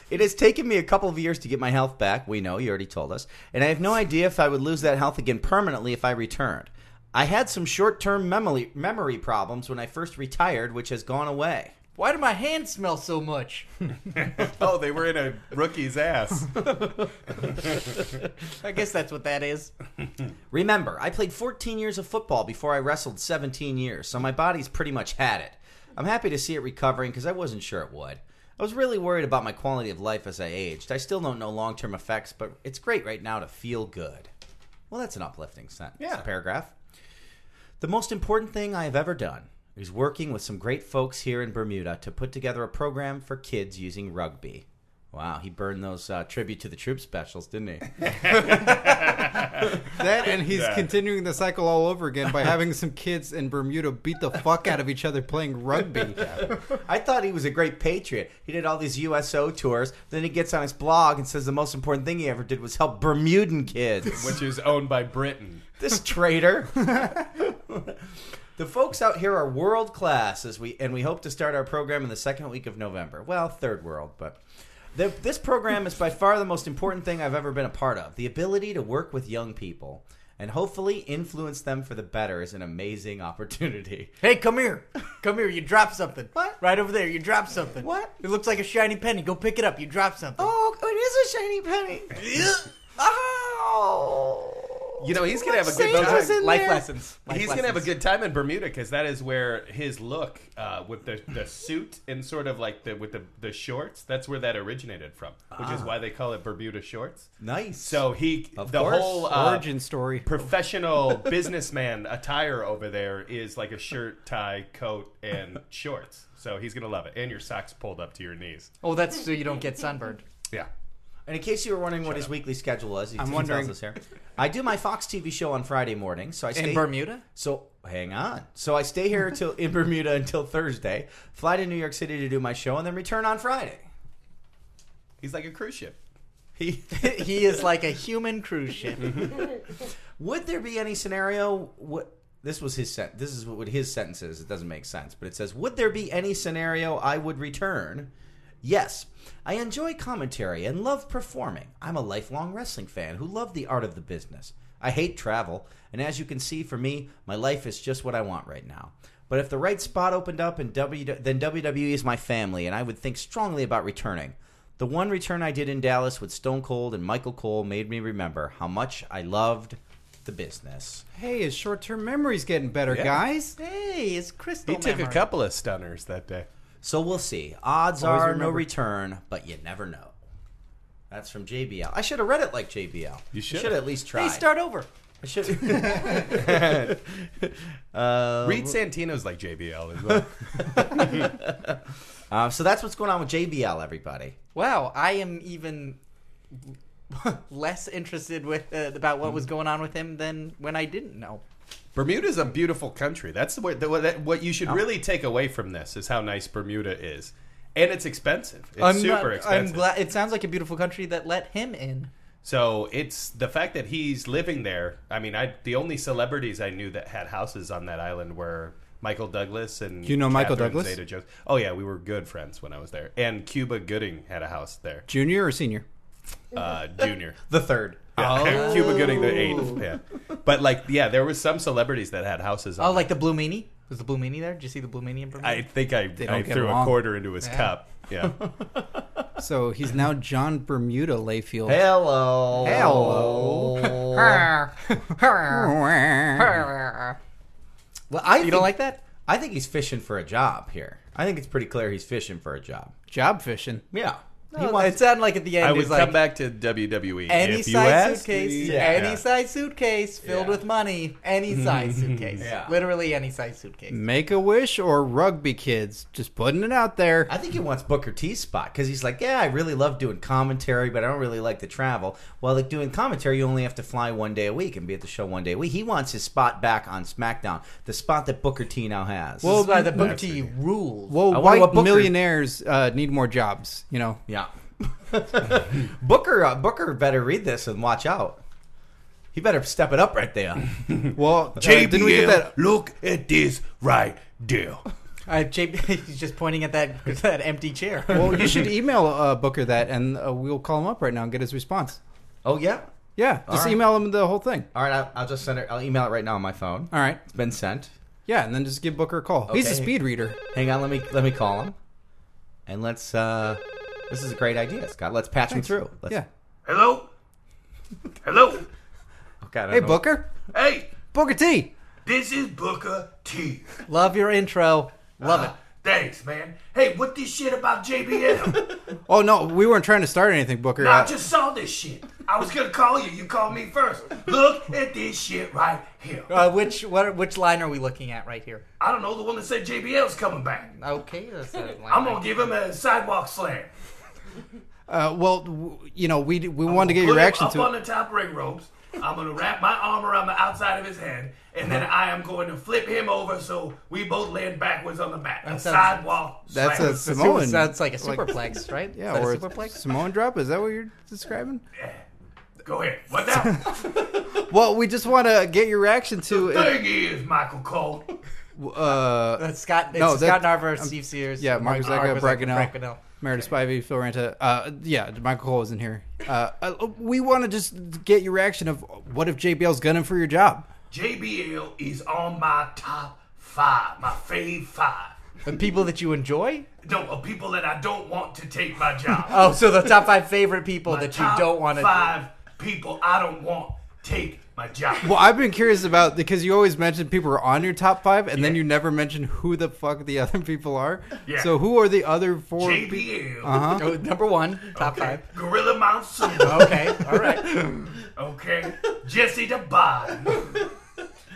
Speaker 1: It has taken me a couple of years to get my health back. We know, you already told us. And I have no idea if I would lose that health again permanently if I returned. I had some short term memory, memory problems when I first retired, which has gone away.
Speaker 2: Why do my hands smell so much?
Speaker 4: Oh, they were in a rookie's ass.
Speaker 2: I guess that's what that is.
Speaker 1: Remember, I played 14 years of football before I wrestled 17 years, so my body's pretty much had it. I'm happy to see it recovering because I wasn't sure it would. I was really worried about my quality of life as I aged. I still don't know long term effects, but it's great right now to feel good. Well, that's an uplifting sentence,
Speaker 4: Yeah.
Speaker 1: paragraph. The most important thing I have ever done is working with some great folks here in Bermuda to put together a program for kids using rugby. Wow, he burned those uh, tribute to the troop specials, didn't he?
Speaker 3: That and he's
Speaker 4: Yeah.
Speaker 3: continuing the cycle all over again by having some kids in Bermuda beat the fuck out of each other playing rugby.
Speaker 1: I thought he was a great patriot. He did all these USO tours. Then he gets on his blog and says the most important thing he ever did was help Bermudan kids.
Speaker 4: which is owned by Britain.
Speaker 1: this traitor. The folks out here are world class as we and we hope to start our program in the second week of November. Well, third world, but the, this program is by far the most important thing I've ever been a part of. The ability to work with young people and hopefully influence them for the better is an amazing opportunity.
Speaker 2: Hey, come here. Come here. You dropped something.
Speaker 1: What?
Speaker 2: Right over there. You dropped something.
Speaker 1: What?
Speaker 2: It looks like a shiny penny. Go pick it up. You dropped something.
Speaker 1: Oh, it is a shiny penny. oh.
Speaker 4: You know, he's gonna have a good
Speaker 1: Let's say it
Speaker 4: time.
Speaker 1: was in
Speaker 2: Life
Speaker 1: there.
Speaker 2: lessons. Life
Speaker 4: He's gonna have a
Speaker 2: lessons.
Speaker 4: good time in Bermuda because that is where his look uh, with the, the suit and sort of like the with the, the shorts. That's where that originated from, which is why they call it Bermuda shorts.
Speaker 1: Nice.
Speaker 4: So he
Speaker 1: Of
Speaker 4: the
Speaker 1: course.
Speaker 4: whole uh,
Speaker 3: Origin story.
Speaker 4: professional businessman attire over there is like a shirt, tie, coat, and shorts. So he's gonna love it, and your socks pulled up to your knees.
Speaker 2: Oh, that's so you don't get sunburned.
Speaker 4: Yeah.
Speaker 1: And in case you were wondering what his weekly schedule was, he I'm
Speaker 3: wondering.
Speaker 1: us here. I do my Fox TV show on Friday morning, so I stay
Speaker 2: In Bermuda?
Speaker 1: So hang on. So I stay here till in Bermuda until Thursday, fly to New York City to do my show, and then return on Friday.
Speaker 4: He's like a cruise ship.
Speaker 1: He,
Speaker 2: he is like a human cruise ship.
Speaker 1: would there be any scenario? What this was his sent. This is what his sentence is. It doesn't make sense, but it says, "Would there be any scenario I would return?" Yes. I enjoy commentary and love performing. I'm a lifelong wrestling fan who loved the art of the business. I hate travel, and as you can see for me, my life is just what I want right now. But if the right spot opened up, and w- then WWE is my family, and I would think strongly about returning. The one return I did in Dallas with Stone Cold and Michael Cole made me remember how much I loved the business.
Speaker 3: Hey, his short-term memory's getting better,
Speaker 4: Yeah.
Speaker 3: guys.
Speaker 2: hey, it's crystal.
Speaker 4: He took a
Speaker 2: memory.
Speaker 4: couple of stunners that day.
Speaker 1: So we'll see. Odds
Speaker 3: Always
Speaker 1: are no
Speaker 3: remember-
Speaker 1: return, but you never know. That's from JBL. I should have read it like JBL.
Speaker 4: You
Speaker 1: I
Speaker 4: should.
Speaker 1: should at least try.
Speaker 2: Hey, start over.
Speaker 1: I should. uh,
Speaker 4: Reed Santino's like JBL as well.
Speaker 1: uh, so that's what's going on with JBL, everybody.
Speaker 2: Wow, I am even less interested with uh, about what was going on with him than when I didn't know.
Speaker 4: Bermuda's a beautiful country. That's the way, the, way- that, what you should really take away from this is how nice Bermuda is, and it's expensive. It's
Speaker 2: I'm
Speaker 4: super
Speaker 2: not-
Speaker 4: expensive.
Speaker 2: I'm glad. It sounds like a beautiful country that let him in.
Speaker 4: so it's the fact that he's living there. I mean, I the only celebrities I knew that had houses on that island were Michael Douglas and
Speaker 3: You know Michael
Speaker 4: Catherine
Speaker 3: Douglas?
Speaker 4: Zeta-Jones. Oh yeah, we were good friends when I was there, and Cuba Gooding had a house there.
Speaker 3: Junior or senior?
Speaker 4: Uh, junior.
Speaker 1: The third.
Speaker 4: Yeah. Cuba Gooding the
Speaker 3: Oh.
Speaker 4: eighth. Yeah. But like, yeah, there were some celebrities that had houses. On
Speaker 2: Oh, like the Blue Meanie? Was the Blue Meanie there? Did you see the Blue Meanie in Bermuda?
Speaker 4: I think I,
Speaker 3: don't
Speaker 4: I
Speaker 3: get
Speaker 4: threw a
Speaker 3: along.
Speaker 4: quarter into his cup. Yeah.
Speaker 3: So he's now John Bermuda Layfield.
Speaker 1: Hello.
Speaker 3: Hello.
Speaker 1: well, I
Speaker 2: you don't like that?
Speaker 1: I think he's fishing for a job here. I think it's pretty clear he's fishing for a job.
Speaker 3: Job fishing.
Speaker 1: Yeah. He
Speaker 2: No,
Speaker 1: wants-
Speaker 2: it sounded Oh, like at the end,
Speaker 4: I
Speaker 2: it
Speaker 4: would
Speaker 2: was like
Speaker 4: come back to WWE
Speaker 2: any
Speaker 4: if you
Speaker 2: size
Speaker 4: asked.
Speaker 2: suitcase,
Speaker 4: me.
Speaker 2: any
Speaker 4: Yeah.
Speaker 2: size suitcase filled
Speaker 1: Yeah.
Speaker 2: with money, any size suitcase,
Speaker 1: Yeah.
Speaker 2: literally any size suitcase.
Speaker 3: Make a wish or rugby kids. Just putting it out there.
Speaker 1: I think he wants Booker T's spot because he's like, yeah, I really love doing commentary, but I don't really like to travel. Well, like doing commentary, you only have to fly one day a week and be at the show one day a week. He wants his spot back on SmackDown, the spot that Booker T now has.
Speaker 2: This is why the
Speaker 4: That's
Speaker 2: booty rules.
Speaker 3: Well,
Speaker 1: I wonder
Speaker 3: white
Speaker 1: what Booker-
Speaker 3: millionaires uh, need more jobs. You know,
Speaker 1: yeah, Booker uh, Booker better read this and watch out. He better step it up right there.
Speaker 3: well, uh, didn't we get that?
Speaker 4: Look at this right deal.
Speaker 2: Uh, Jay, he's just pointing at that that empty chair.
Speaker 3: Well, you should email uh, Booker that, and uh, we'll call him up right now and get his response.
Speaker 1: oh yeah.
Speaker 3: Yeah,
Speaker 1: All
Speaker 3: just
Speaker 1: right.
Speaker 3: email him the whole thing.
Speaker 1: All right, I'll, I'll just send it. I'll email it right now on my phone.
Speaker 3: All right.
Speaker 1: It's been sent.
Speaker 3: Yeah, and then just give Booker a call. He's a
Speaker 1: Okay.
Speaker 3: speed reader.
Speaker 1: Hang on, let me let me call him, and let's. uh This is a great idea, Scott. Let's patch him through. Let's,
Speaker 3: Yeah.
Speaker 5: Hello? Hello?
Speaker 1: Oh, God, I
Speaker 3: Hey,
Speaker 1: don't know-
Speaker 3: Booker.
Speaker 5: Hey,
Speaker 3: Booker T.
Speaker 5: this is Booker T.
Speaker 2: Love your intro. Love it.
Speaker 5: Thanks, man. Hey, what this shit about JBL?
Speaker 3: Oh no, we weren't trying to start anything, Booker.
Speaker 5: I
Speaker 3: Uh,
Speaker 5: just saw this shit. I was gonna call you. You called me first. Look at this shit right here.
Speaker 1: Ah.
Speaker 2: Uh, which what which line are we looking at right here?
Speaker 5: I don't know the one that said JBL's coming back.
Speaker 2: Okay, that's the line.
Speaker 5: I'm gonna give him a sidewalk slam.
Speaker 3: uh, well, w- you know, we d- we wanted to get your
Speaker 5: Put him
Speaker 3: reaction
Speaker 5: up
Speaker 3: to
Speaker 5: on
Speaker 3: it.
Speaker 5: the top ring ropes. I'm gonna wrap my arm around the outside of his head, and then I am going to flip him over so we both land backwards on the mat. A
Speaker 2: sounds-
Speaker 5: sidewalk
Speaker 3: That's
Speaker 5: slam.
Speaker 3: a
Speaker 2: That's
Speaker 3: Samoan.
Speaker 2: Sounds like a superplex, right?
Speaker 3: yeah,
Speaker 2: Is that
Speaker 3: or
Speaker 2: a
Speaker 3: a
Speaker 2: superplex.
Speaker 3: Samoan drop. Is that what you're describing?
Speaker 5: Go ahead. What now?
Speaker 3: Well, we just want to get your reaction to it.
Speaker 5: Thing is, Michael Cole.
Speaker 3: Uh,
Speaker 2: That's Scott. It's
Speaker 3: No, that-
Speaker 2: Scott Narver, Steve Sears.
Speaker 3: yeah, Mark Zuckerberg, Bracknell.
Speaker 2: Bracknell. Bracknell.
Speaker 3: Meredith Spivey, Phil Ranta. Uh, yeah, Michael Cole isn't here. Uh, uh, we want to just get your reaction of what if JBL's gunning for your job?
Speaker 5: JBL is on my top five, my fave five.
Speaker 2: The people that you enjoy.
Speaker 5: No, of people that I don't want to take my job.
Speaker 2: Oh, so the top five favorite people
Speaker 5: My
Speaker 2: that you
Speaker 5: top
Speaker 2: don't want to.
Speaker 5: Five people I don't want take my job.
Speaker 3: Well, I've been curious about because you always mention people are on your top five, and then you never mention who the fuck the other people are.
Speaker 5: Yeah.
Speaker 3: So who are the other four?
Speaker 5: JBL.
Speaker 2: Oh, number one, top
Speaker 5: Okay.
Speaker 2: five.
Speaker 5: Gorilla Monsoon.
Speaker 2: Okay, all right,
Speaker 5: okay. Jesse the Body.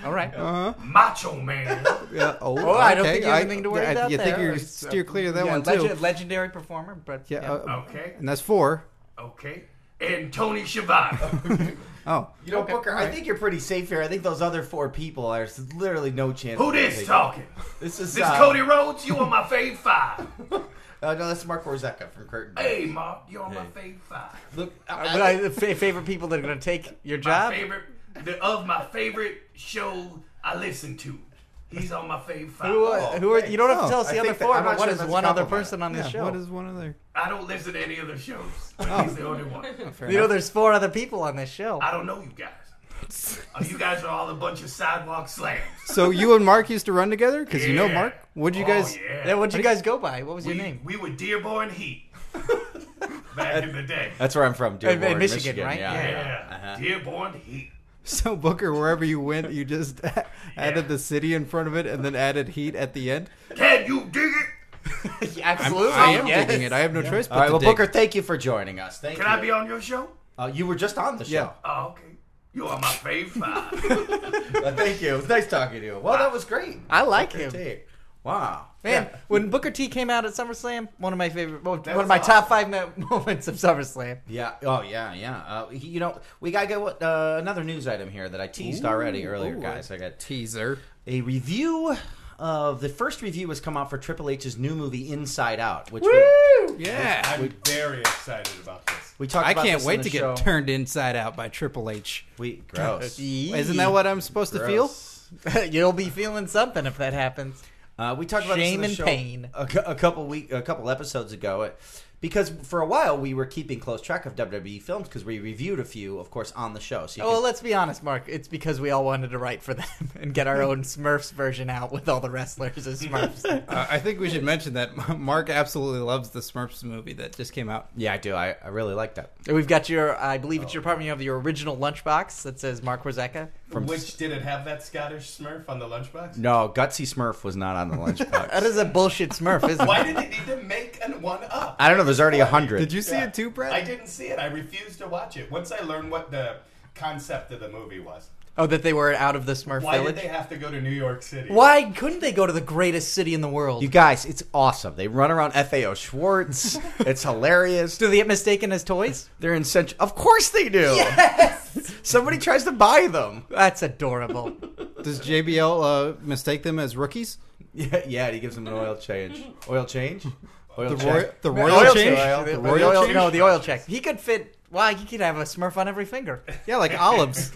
Speaker 2: all right.
Speaker 5: Macho Man.
Speaker 3: Yeah, oh,
Speaker 2: Oh, I don't
Speaker 3: Uh, okay,
Speaker 2: think you have anything to worry
Speaker 3: I,
Speaker 2: about
Speaker 3: You
Speaker 2: there.
Speaker 3: think you
Speaker 2: It's,
Speaker 3: steer
Speaker 2: uh,
Speaker 3: clear of that
Speaker 2: yeah,
Speaker 3: one
Speaker 2: legend-
Speaker 3: too?
Speaker 2: Legendary performer, but
Speaker 3: Yeah,
Speaker 2: yeah.
Speaker 3: uh,
Speaker 5: Okay.
Speaker 3: and that's four.
Speaker 5: Okay. And Tony Schiavone.
Speaker 3: Oh,
Speaker 1: You know, Booker, I
Speaker 2: alright.
Speaker 1: think you're pretty safe here. I think those other four people are there's literally no chance.
Speaker 5: Who
Speaker 1: they
Speaker 5: this
Speaker 1: take
Speaker 5: talking?
Speaker 1: it. This is
Speaker 5: This
Speaker 1: uh,
Speaker 5: Cody Rhodes, you on my fave five.
Speaker 1: Uh, no, that's Mark Warzeka from Curtain. Hey,
Speaker 5: Hey, Mark, you on my fave five.
Speaker 1: look, I-
Speaker 2: Uh, but I, the fa- favorite people that are going to take your
Speaker 5: My
Speaker 2: job.
Speaker 5: favorite, the, of my favorite show I listen to. He's on my fave five.
Speaker 2: Who are, who are you? Don't have to
Speaker 3: Oh,
Speaker 2: tell us
Speaker 1: I think
Speaker 2: the other
Speaker 1: that-
Speaker 2: four.
Speaker 1: I'm
Speaker 2: But
Speaker 1: not
Speaker 2: what
Speaker 1: sure
Speaker 2: is
Speaker 1: that's a
Speaker 2: one other
Speaker 1: compliment.
Speaker 2: person on this
Speaker 3: yeah,
Speaker 2: show?
Speaker 3: what is one other?
Speaker 5: I don't listen to any other shows.
Speaker 2: Oh.
Speaker 5: He's the only one.
Speaker 2: you know, there's four other people on this show.
Speaker 5: I don't know you guys. Uh, you guys are all a bunch of sidewalk slams.
Speaker 3: So you and Mark used to run together because you know
Speaker 5: Yeah.
Speaker 3: Mark. Would you
Speaker 5: Oh,
Speaker 3: guys?
Speaker 5: yeah.
Speaker 2: yeah, what'd you guys go by? What was
Speaker 5: we,
Speaker 2: your name?
Speaker 5: we were Dearborn Heat back in the day.
Speaker 2: Uh-huh.
Speaker 1: that's where I'm from, dude.
Speaker 2: In- in Michigan, right?
Speaker 1: Yeah.
Speaker 5: Yeah,
Speaker 4: Uh-huh.
Speaker 1: Uh-huh.
Speaker 5: Dearborn Heat.
Speaker 3: So Booker, wherever you went, you just added the city in front of it, and then added heat at the end.
Speaker 5: Can you dig it?
Speaker 2: Absolutely,
Speaker 3: I am
Speaker 2: Oh, yes.
Speaker 3: digging it. I have no choice. But
Speaker 1: All right,
Speaker 3: to
Speaker 1: well,
Speaker 3: dig.
Speaker 1: Booker, thank you for joining us. Thank
Speaker 5: Can
Speaker 1: you.
Speaker 5: I be on your show?
Speaker 1: Uh, you were just on the show.
Speaker 3: Yeah.
Speaker 5: Oh, okay. You are my fave five.
Speaker 1: Uh, thank you. It was nice talking to you. Well, that was great.
Speaker 2: I like him.
Speaker 1: Take. Wow.
Speaker 2: Man,
Speaker 1: Yeah.
Speaker 2: when Booker T came out at SummerSlam, one of my favorite, one
Speaker 5: was
Speaker 2: of my top five mo- moments of SummerSlam.
Speaker 1: Yeah. Oh, yeah, yeah. Uh, he- you know, we got to get what, uh, another news item here that I teased already earlier,
Speaker 3: ooh.
Speaker 1: guys. I got
Speaker 3: teaser.
Speaker 1: a review of the first review has come out for Triple H's new movie Inside Out, which
Speaker 3: Yeah.
Speaker 4: I'm very excited about this.
Speaker 1: we, we talked.
Speaker 3: I
Speaker 1: about
Speaker 3: can't
Speaker 1: this in
Speaker 3: wait to
Speaker 1: the
Speaker 3: get
Speaker 1: show.
Speaker 3: turned inside out by Triple H.
Speaker 1: We gross.
Speaker 3: Isn't that what I'm supposed to feel?
Speaker 1: Gross.
Speaker 2: You'll be feeling something if that happens.
Speaker 1: Uh, we talked about this
Speaker 2: Shame
Speaker 1: in the
Speaker 2: and
Speaker 1: show
Speaker 2: pain.
Speaker 1: a, cou- a couple week, a couple episodes ago, it- because for a while we were keeping close track of WWE films because we reviewed a few, of course, on the show. So you
Speaker 2: Oh, well,
Speaker 1: can-
Speaker 2: let's be honest, Mark. It's because we all wanted to write for them and get our own Smurfs version out with all the wrestlers as Smurfs.
Speaker 3: Uh, I think we should mention that Mark absolutely loves the Smurfs movie that just came out.
Speaker 1: yeah, I do. I, I really like that.
Speaker 2: And We've got your, I believe it's your apartment. You have your original lunchbox that says Mark Rozeka.
Speaker 4: Which did it have that Scottish Smurf on the lunchbox?
Speaker 1: No, Gutsy Smurf was not on the
Speaker 2: That
Speaker 1: lunchbox.
Speaker 2: is a bullshit Smurf, isn't
Speaker 4: Why
Speaker 2: it?
Speaker 4: did they need to make an one up?
Speaker 1: I don't know. There's already a hundred.
Speaker 3: Did you see it too, Brad?
Speaker 4: I didn't see it. I refused to watch it. Once I learned what the concept of the movie was,
Speaker 2: Oh, that they were out of the Smurf
Speaker 4: why
Speaker 2: village.
Speaker 4: did they have to go to New York City?
Speaker 2: Why couldn't they go to the greatest city in the world?
Speaker 1: You guys, it's awesome. They run around FAO Schwartz. it's hilarious.
Speaker 2: Do they get mistaken as toys?
Speaker 1: They're in central. Of course they do. Somebody tries to buy them.
Speaker 2: That's adorable.
Speaker 3: Does JBL uh, mistake them as rookies?
Speaker 1: Yeah, yeah. and He gives them an oil change. Oil change. Oil
Speaker 3: The,
Speaker 1: check?
Speaker 3: roy- the
Speaker 2: The
Speaker 3: royal change?
Speaker 2: The,
Speaker 3: The
Speaker 2: the
Speaker 3: royal
Speaker 2: oil-
Speaker 3: change?
Speaker 2: No, the oil check. He could fit. Why? He could have a Smurf on every finger.
Speaker 3: Yeah, like olives.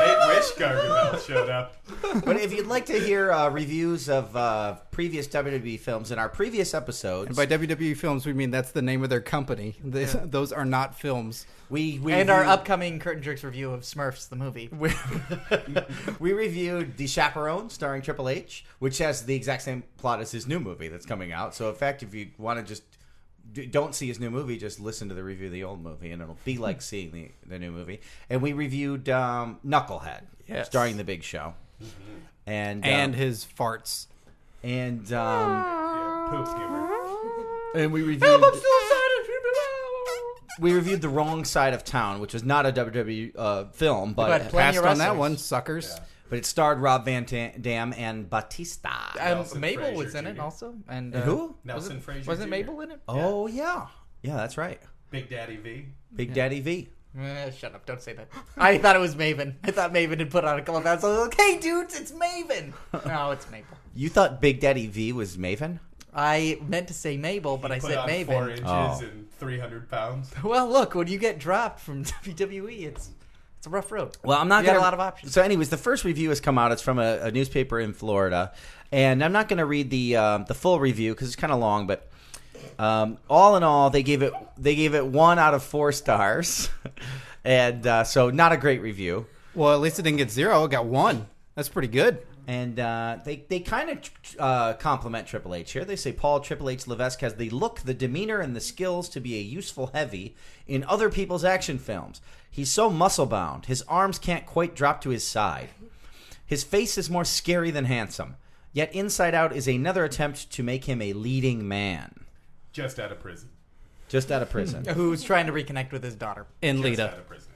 Speaker 4: They wish Gargamel showed up.
Speaker 1: But if you'd like to hear uh, reviews of uh, previous WWE films in our previous episodes,
Speaker 3: By WWE Films, we mean that's the name of their company. They, Those are not films.
Speaker 1: we, we
Speaker 2: And our
Speaker 1: reviewed-
Speaker 2: upcoming Curtain Jerks review of Smurfs the movie.
Speaker 1: we reviewed The Chaperone, starring Triple H, which has the exact same plot as his new movie that's coming out. So, in fact, if you want to just d- don't see his new movie, just listen to the review of the old movie, and it'll be like seeing the, the new movie. And we reviewed um, Knucklehead,
Speaker 3: Yes. Mm-hmm.
Speaker 1: starring The Big Show, and
Speaker 3: And
Speaker 1: um,
Speaker 3: his farts.
Speaker 1: and um,
Speaker 4: Yeah, poop humor.
Speaker 1: and we reviewed. We reviewed the wrong side of town, which was not a WWE uh, film, but
Speaker 2: But
Speaker 1: but,
Speaker 2: plenty
Speaker 3: Passed
Speaker 2: of
Speaker 3: on that
Speaker 2: wrestlers.
Speaker 3: one, suckers.
Speaker 1: it starred Rob Van Ta- Dam and Batista.
Speaker 2: Um,
Speaker 4: Nelson
Speaker 2: Mabel
Speaker 4: Fraser
Speaker 2: was in it
Speaker 4: Jr..
Speaker 2: also. And, uh,
Speaker 1: Who?
Speaker 4: Nelson Fraser.
Speaker 2: Wasn't
Speaker 4: Jr.
Speaker 2: Mabel in it?
Speaker 1: Oh yeah, yeah, that's right.
Speaker 4: Big Daddy V.
Speaker 1: Big Daddy V.
Speaker 2: Eh, shut up! Don't say that. I thought it was Maven. I thought Maven had put on a couple of pounds. I was like, "Hey, dudes, it's Maven." No, it's Mabel.
Speaker 1: You thought Big Daddy V was Maven?
Speaker 2: I meant to say Mabel, but I
Speaker 4: Put
Speaker 2: said
Speaker 4: on
Speaker 2: Maven.
Speaker 4: four inches
Speaker 1: Oh.
Speaker 4: and 300 pounds.
Speaker 2: Well, look, when you get dropped from WWE, it's it's a rough road.
Speaker 1: Well, I'm not
Speaker 2: You
Speaker 1: gonna
Speaker 2: got a lot of options.
Speaker 1: So, anyways, the first review has come out. It's from a, a newspaper in Florida, and I'm not going to read the um, the full review because it's kind of long. But um, all in all, they gave it they gave it one out of four stars, and uh, so not a great review.
Speaker 3: Well, at least it didn't get zero. It got one. That's pretty good.
Speaker 1: And uh, they they kind of uh, compliment Triple H here. They say Paul Triple H Levesque has the look, the demeanor, and the skills to be a useful heavy in other people's action films. He's so muscle bound, his arms can't quite drop to his side. His face is more scary than handsome. Yet Inside Out is another attempt to make him a leading man,
Speaker 4: Just out of prison.
Speaker 1: just out of prison.
Speaker 2: Who's trying to reconnect with his daughter?
Speaker 3: And
Speaker 4: Just
Speaker 3: Lita.
Speaker 4: out of prison.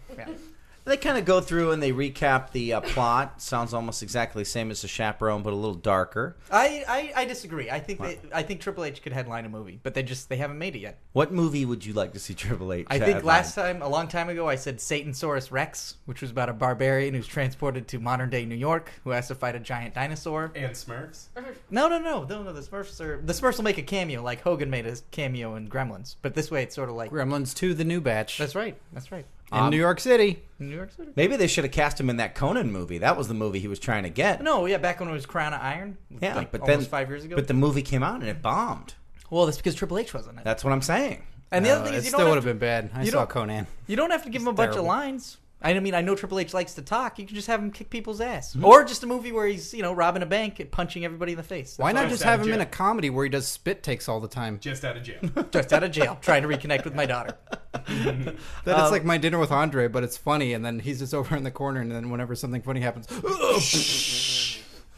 Speaker 1: They kind of go through and they recap the uh, plot. Sounds almost exactly the same as the chaperone, but a little darker.
Speaker 2: I, I, I disagree. I think they, I think Triple H could headline a movie, but they just they haven't made it yet.
Speaker 1: What movie would you like to see Triple H?
Speaker 2: I think
Speaker 1: headline?
Speaker 2: last time, a long time ago, I said Satansaurus Rex, which was about a barbarian who's transported to modern day New York, who has to fight a giant dinosaur.
Speaker 4: And Smurfs.
Speaker 2: No, no, no, no, no. The Smurfs are the Smurfs will make a cameo, like Hogan made a cameo in Gremlins. But this way, it's sort of like
Speaker 3: Gremlins 2, the new batch.
Speaker 2: that's right, that's right.
Speaker 3: in
Speaker 1: Um,
Speaker 3: New York City.
Speaker 2: In New York City.
Speaker 1: Maybe they should have cast him in that Conan movie. That was the movie he was trying to get.
Speaker 2: No, yeah, back when it was Crown of Iron.
Speaker 1: yeah,
Speaker 2: like
Speaker 1: but
Speaker 2: almost
Speaker 1: then
Speaker 2: five years ago.
Speaker 1: But the movie came out and it bombed.
Speaker 2: well, that's because Triple H wasn't it.
Speaker 1: That's what I'm saying.
Speaker 2: And the other thing
Speaker 3: Uh, it
Speaker 2: is, you
Speaker 3: still
Speaker 2: don't,
Speaker 3: would
Speaker 2: have
Speaker 3: have
Speaker 2: to,
Speaker 3: been bad. I
Speaker 2: you
Speaker 3: saw
Speaker 2: don't-
Speaker 3: Conan.
Speaker 2: you don't have to give him a bunch
Speaker 3: terrible.
Speaker 2: of lines. I mean, I know Triple H likes to talk. You can just have him kick people's ass,
Speaker 3: Mm-hmm.
Speaker 2: or just a movie where he's you know robbing a bank and punching everybody in the face.
Speaker 3: Why not
Speaker 4: Just
Speaker 3: just
Speaker 4: out of
Speaker 3: have him in a
Speaker 4: jail.
Speaker 3: comedy where he does spit takes all the time?
Speaker 4: Just out of jail.
Speaker 2: just out of jail, trying to reconnect with my daughter.
Speaker 3: That it's
Speaker 2: Um,
Speaker 3: like my dinner with Andre, but it's funny, and then he's just over in the corner, and then whenever something funny happens,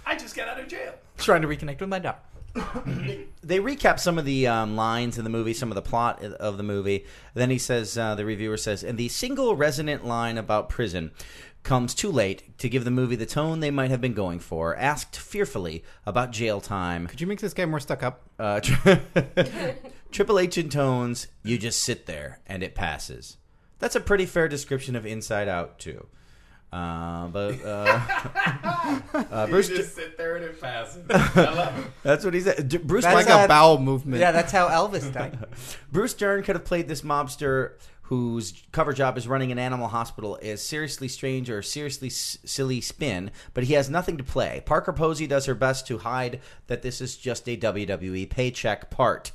Speaker 4: I just got out of jail.
Speaker 2: trying to reconnect with my daughter.
Speaker 1: They recap some of the um, lines in the movie, some of the plot of the movie. Then he says, uh, the reviewer says, and the single resonant line about prison comes too late to give the movie the tone they might have been going for. Asked fearfully about jail time,
Speaker 3: could you make this guy more stuck up?
Speaker 1: uh, tri- Triple H intones, "You just sit there and it passes." That's a pretty fair description of Inside Out too. Uh, but uh,
Speaker 4: you just sit there and it passes. I love it.
Speaker 1: that's what he said. D- Bruce
Speaker 2: That's
Speaker 3: Like
Speaker 1: Michael-
Speaker 2: how-
Speaker 3: a bowel movement.
Speaker 2: Yeah, that's how Elvis died.
Speaker 1: Bruce Dern could have played this mobster whose cover job is running an animal hospital as seriously strange or seriously s- silly spin, but he has nothing to play. Parker Posey does her best to hide that this is just a WWE paycheck part.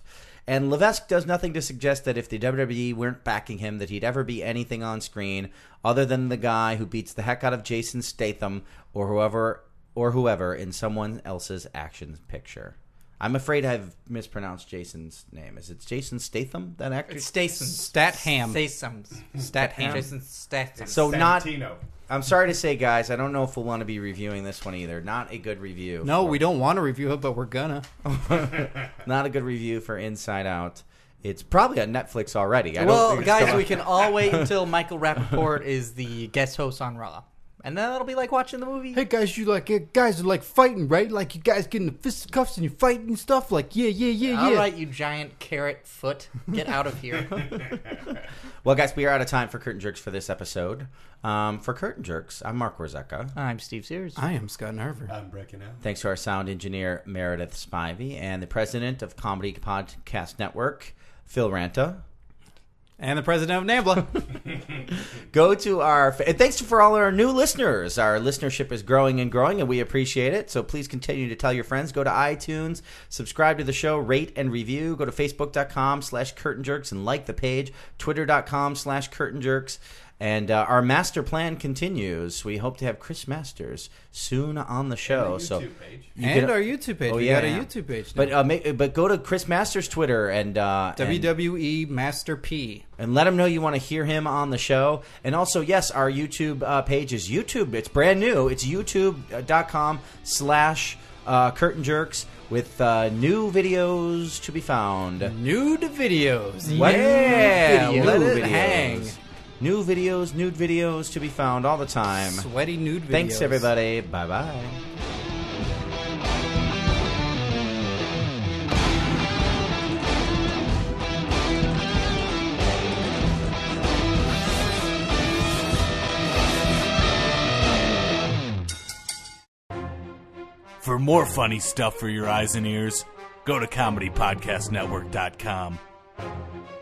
Speaker 1: And Levesque does nothing to suggest that if the WWE weren't backing him, that he'd ever be anything on screen other than the guy who beats the heck out of Jason Statham or whoever or whoever in someone else's action picture. I'm afraid I've mispronounced Jason's name. Is it Jason Statham? That actor.
Speaker 2: It's Statham.
Speaker 3: Statham.
Speaker 2: Statham.
Speaker 3: Statham.
Speaker 2: Jason Statham.
Speaker 1: So not.
Speaker 4: Santino.
Speaker 1: I'm sorry to say, guys, I don't know if we'll want to be reviewing this one either. Not a good review.
Speaker 3: No, we don't want to review it, but we're gonna.
Speaker 1: Not a good review for Inside Out. It's probably on Netflix already. I don't
Speaker 2: well,
Speaker 1: think it's
Speaker 2: guys,
Speaker 1: still-
Speaker 2: we can all wait until Michael Rappaport is the guest host on Raw. And then that'll be like watching the movie.
Speaker 3: Hey guys, you like it? guys are like fighting, right? Like you guys getting the fist cuffs and you fighting and stuff. Like yeah, yeah, yeah,
Speaker 2: All
Speaker 3: yeah.
Speaker 2: right, you giant carrot foot, get out of here.
Speaker 1: Well, guys, we are out of time for Curtain Jerks for this episode. Um, for Curtain Jerks, I'm Mark Warzeka.
Speaker 2: I'm Steve Sears.
Speaker 3: I am Scott Narver.
Speaker 4: I'm breaking out.
Speaker 1: Thanks to our sound engineer, Meredith Spivey, and the president of Comedy Podcast Network, Phil Ranta.
Speaker 3: and the president of NAMBLA.
Speaker 1: go to our and thanks for all our new listeners our listenership is growing and growing and we appreciate it so please continue to tell your friends go to itunes subscribe to the show rate and review go to facebook.com slash curtain jerks and like the page twitter.com slash curtain jerks and uh, our master plan continues we hope to have chris masters soon on the show
Speaker 4: The YouTube
Speaker 1: so
Speaker 4: page.
Speaker 1: you
Speaker 3: and
Speaker 1: can-
Speaker 3: our YouTube page.
Speaker 1: Oh,
Speaker 3: we
Speaker 1: yeah,
Speaker 3: got a
Speaker 1: yeah.
Speaker 3: YouTube page. Now.
Speaker 1: but uh, make, but go to chris masters twitter and uh and-
Speaker 3: WWE E Master P.
Speaker 1: and let him know you want to hear him on the show. And also, yes, our YouTube uh, page is YouTube. It's brand new. It's youtube.com slash uh, curtain jerks with uh, new videos to be found.
Speaker 3: Nude videos.
Speaker 1: What?
Speaker 3: Yeah,
Speaker 1: New
Speaker 3: let it
Speaker 1: videos.
Speaker 3: hang.
Speaker 1: New videos, nude videos to be found all the time.
Speaker 3: Sweaty nude videos.
Speaker 1: Thanks, everybody. Bye bye.
Speaker 6: For more funny stuff for your eyes and ears, go to comedypodcastnetwork.com.